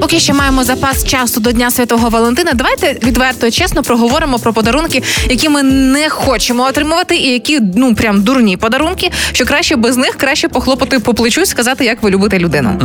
Поки ще маємо запас часу до Дня Святого Валентина. Давайте відверто і чесно проговоримо про подарунки, які ми не хочемо отримувати, і які ну прям дурні подарунки. Що краще без них краще похлопати по плечу і сказати, як ви любите людину.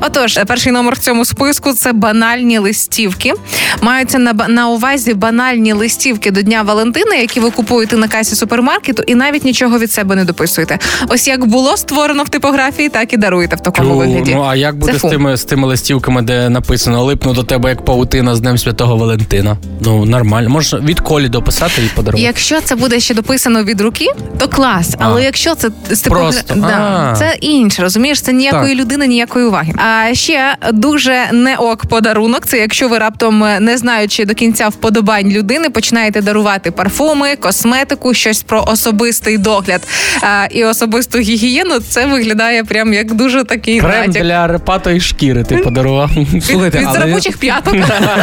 Отож, перший номер в цьому списку це банальні листівки. Маються на ба- на увазі банальні листівки до Дня Валентина, які ви купуєте на касі супермаркету, і навіть нічого від себе не дописуєте. Ось як було створено в типографії, так і даруєте в такому вигляді. Ну а як буде Це з фу. тими з тими листівками, де написано липну до тебе як павутина з Днем Святого Валентина? Ну нормально, можна від колі дописати і подарувати. Якщо це буде ще дописано від руки, то клас. Але якщо це з типу, Просто. да, А. це інше, розумієш, це ніякої Так. людини, ніякої уваги. А ще дуже не ок подарунок. Це якщо ви раптом е, не знаючи до кінця вподобань людини, починаєте дарувати парфуми, косметику, щось про особистий догляд е, і особисту гігієну. Це виглядає прям як дуже такий Крем натяк. для репатої шкіри ти подарував. Від, Слухайте, від але- робочих п'яток.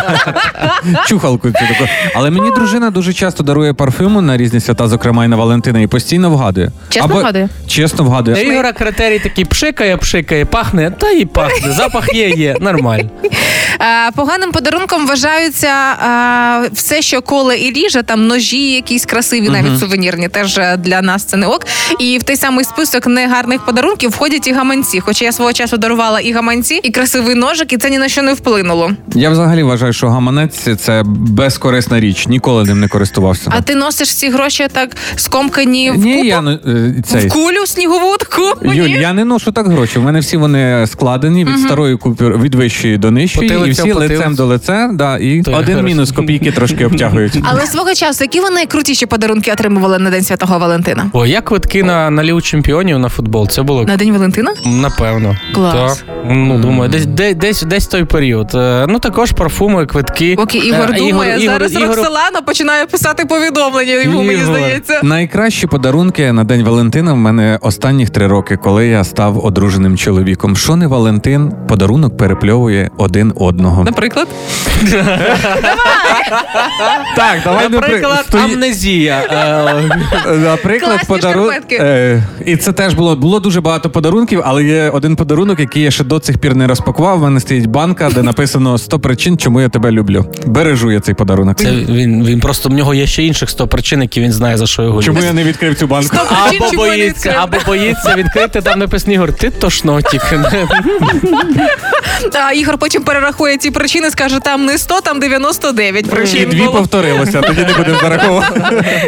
чухалку. цю таку. Але мені дружина дуже часто дарує парфюму на різні свята, зокрема і на Валентина, і постійно вгадує. Чесно вгадує? Чесно Для вгадує. Е, Ігора критерій такий пшикає, пшикає, пахне, та і пахне. Запах є, є, нормально. Е, поганим подарунком вважаються е, все, що коле і ліже, там ножі, якісь красиві, навіть сувенірні. Теж е, для нас це не ок. І в той самий список негарних подарунків входять і гаманці. Хоча я свого часу дарувала і гаманці, і красивий ножик, і це ні на що не вплинуло. Я взагалі вважаю, що гаманець це безкорисна річ. Ніколи ним не користувався. А ти носиш ці гроші так скомкані в Ні, купу? я ну, е, В цей. кулю снігову таку? Юль, Ні? я не ношу так гроші. У мене всі вони складені від старої купюр, від вищої до нижчої, і Потилиця всі в потилицю. лицем до лиця. Да, і То я один хорошо. мінус копійки трошки обтягують. Але свого часу, які ви найкрутіші подарунки отримували на День Святого Валентина? О, як квитки на, на лігу чемпіонів на футбол? Це було На День Валентина? Напевно. Клас. Так. Ну, думаю, десь, де- десь, десь той період. Е, Ну, також парфуми, квитки. Поки Ігор Е, думає, Ігор- зараз Ігор- Роксолана починає писати повідомлення, йому мені Ігор. здається. Найкращі подарунки на День Валентина в мене останніх три роки, коли я став одруженим чоловіком. Що не Валентин, подарунок перепльовує один одного. Наприклад, Так, давай Наприклад, амнезія. Е, Наприклад, Класні подарунок. шкарпетки. Е, І це теж було було дуже багато подарунків, але є один подарунок, який я ще до цих пір не розпакував. У мене стоїть банка, де написано «100 причин, чому я тебе люблю. Бережу я цей подарунок. Це він, він просто в нього є ще інших 100 причин, які він знає, за що його Чому люблять. я не відкрив цю банку? Стоп, причин, Або чому я не боїться, відкрив? або боїться відкрити там написано Ігор, ти тошнотік. а Ігор потім перерахує ці причини, скаже, там не 100, там 99 І причин. дві було. повторилося, тоді не будемо зараховувати.